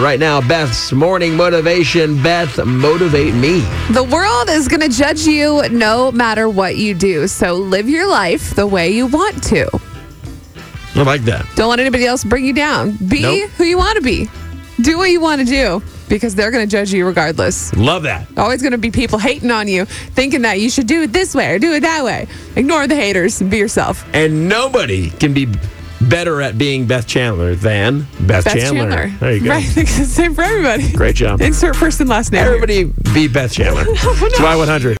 Right now, Beth's morning motivation. Beth, motivate me. The world is going to judge you no matter what you do. So live your life the way you want to. I like that. Don't let anybody else bring you down. Be Nope. who you want to be. Do what you want to do because they're going to judge you regardless. Love that. Always going to be people hating on you, thinking that you should do it this way or do it that way. Ignore the haters and be yourself. And nobody can be better at being Beth Chandler than Beth, Beth Chandler. Chandler. There you go. Right. Same for everybody. Great job. Insert first and last name. here. Everybody be Beth Chandler. It's Y100.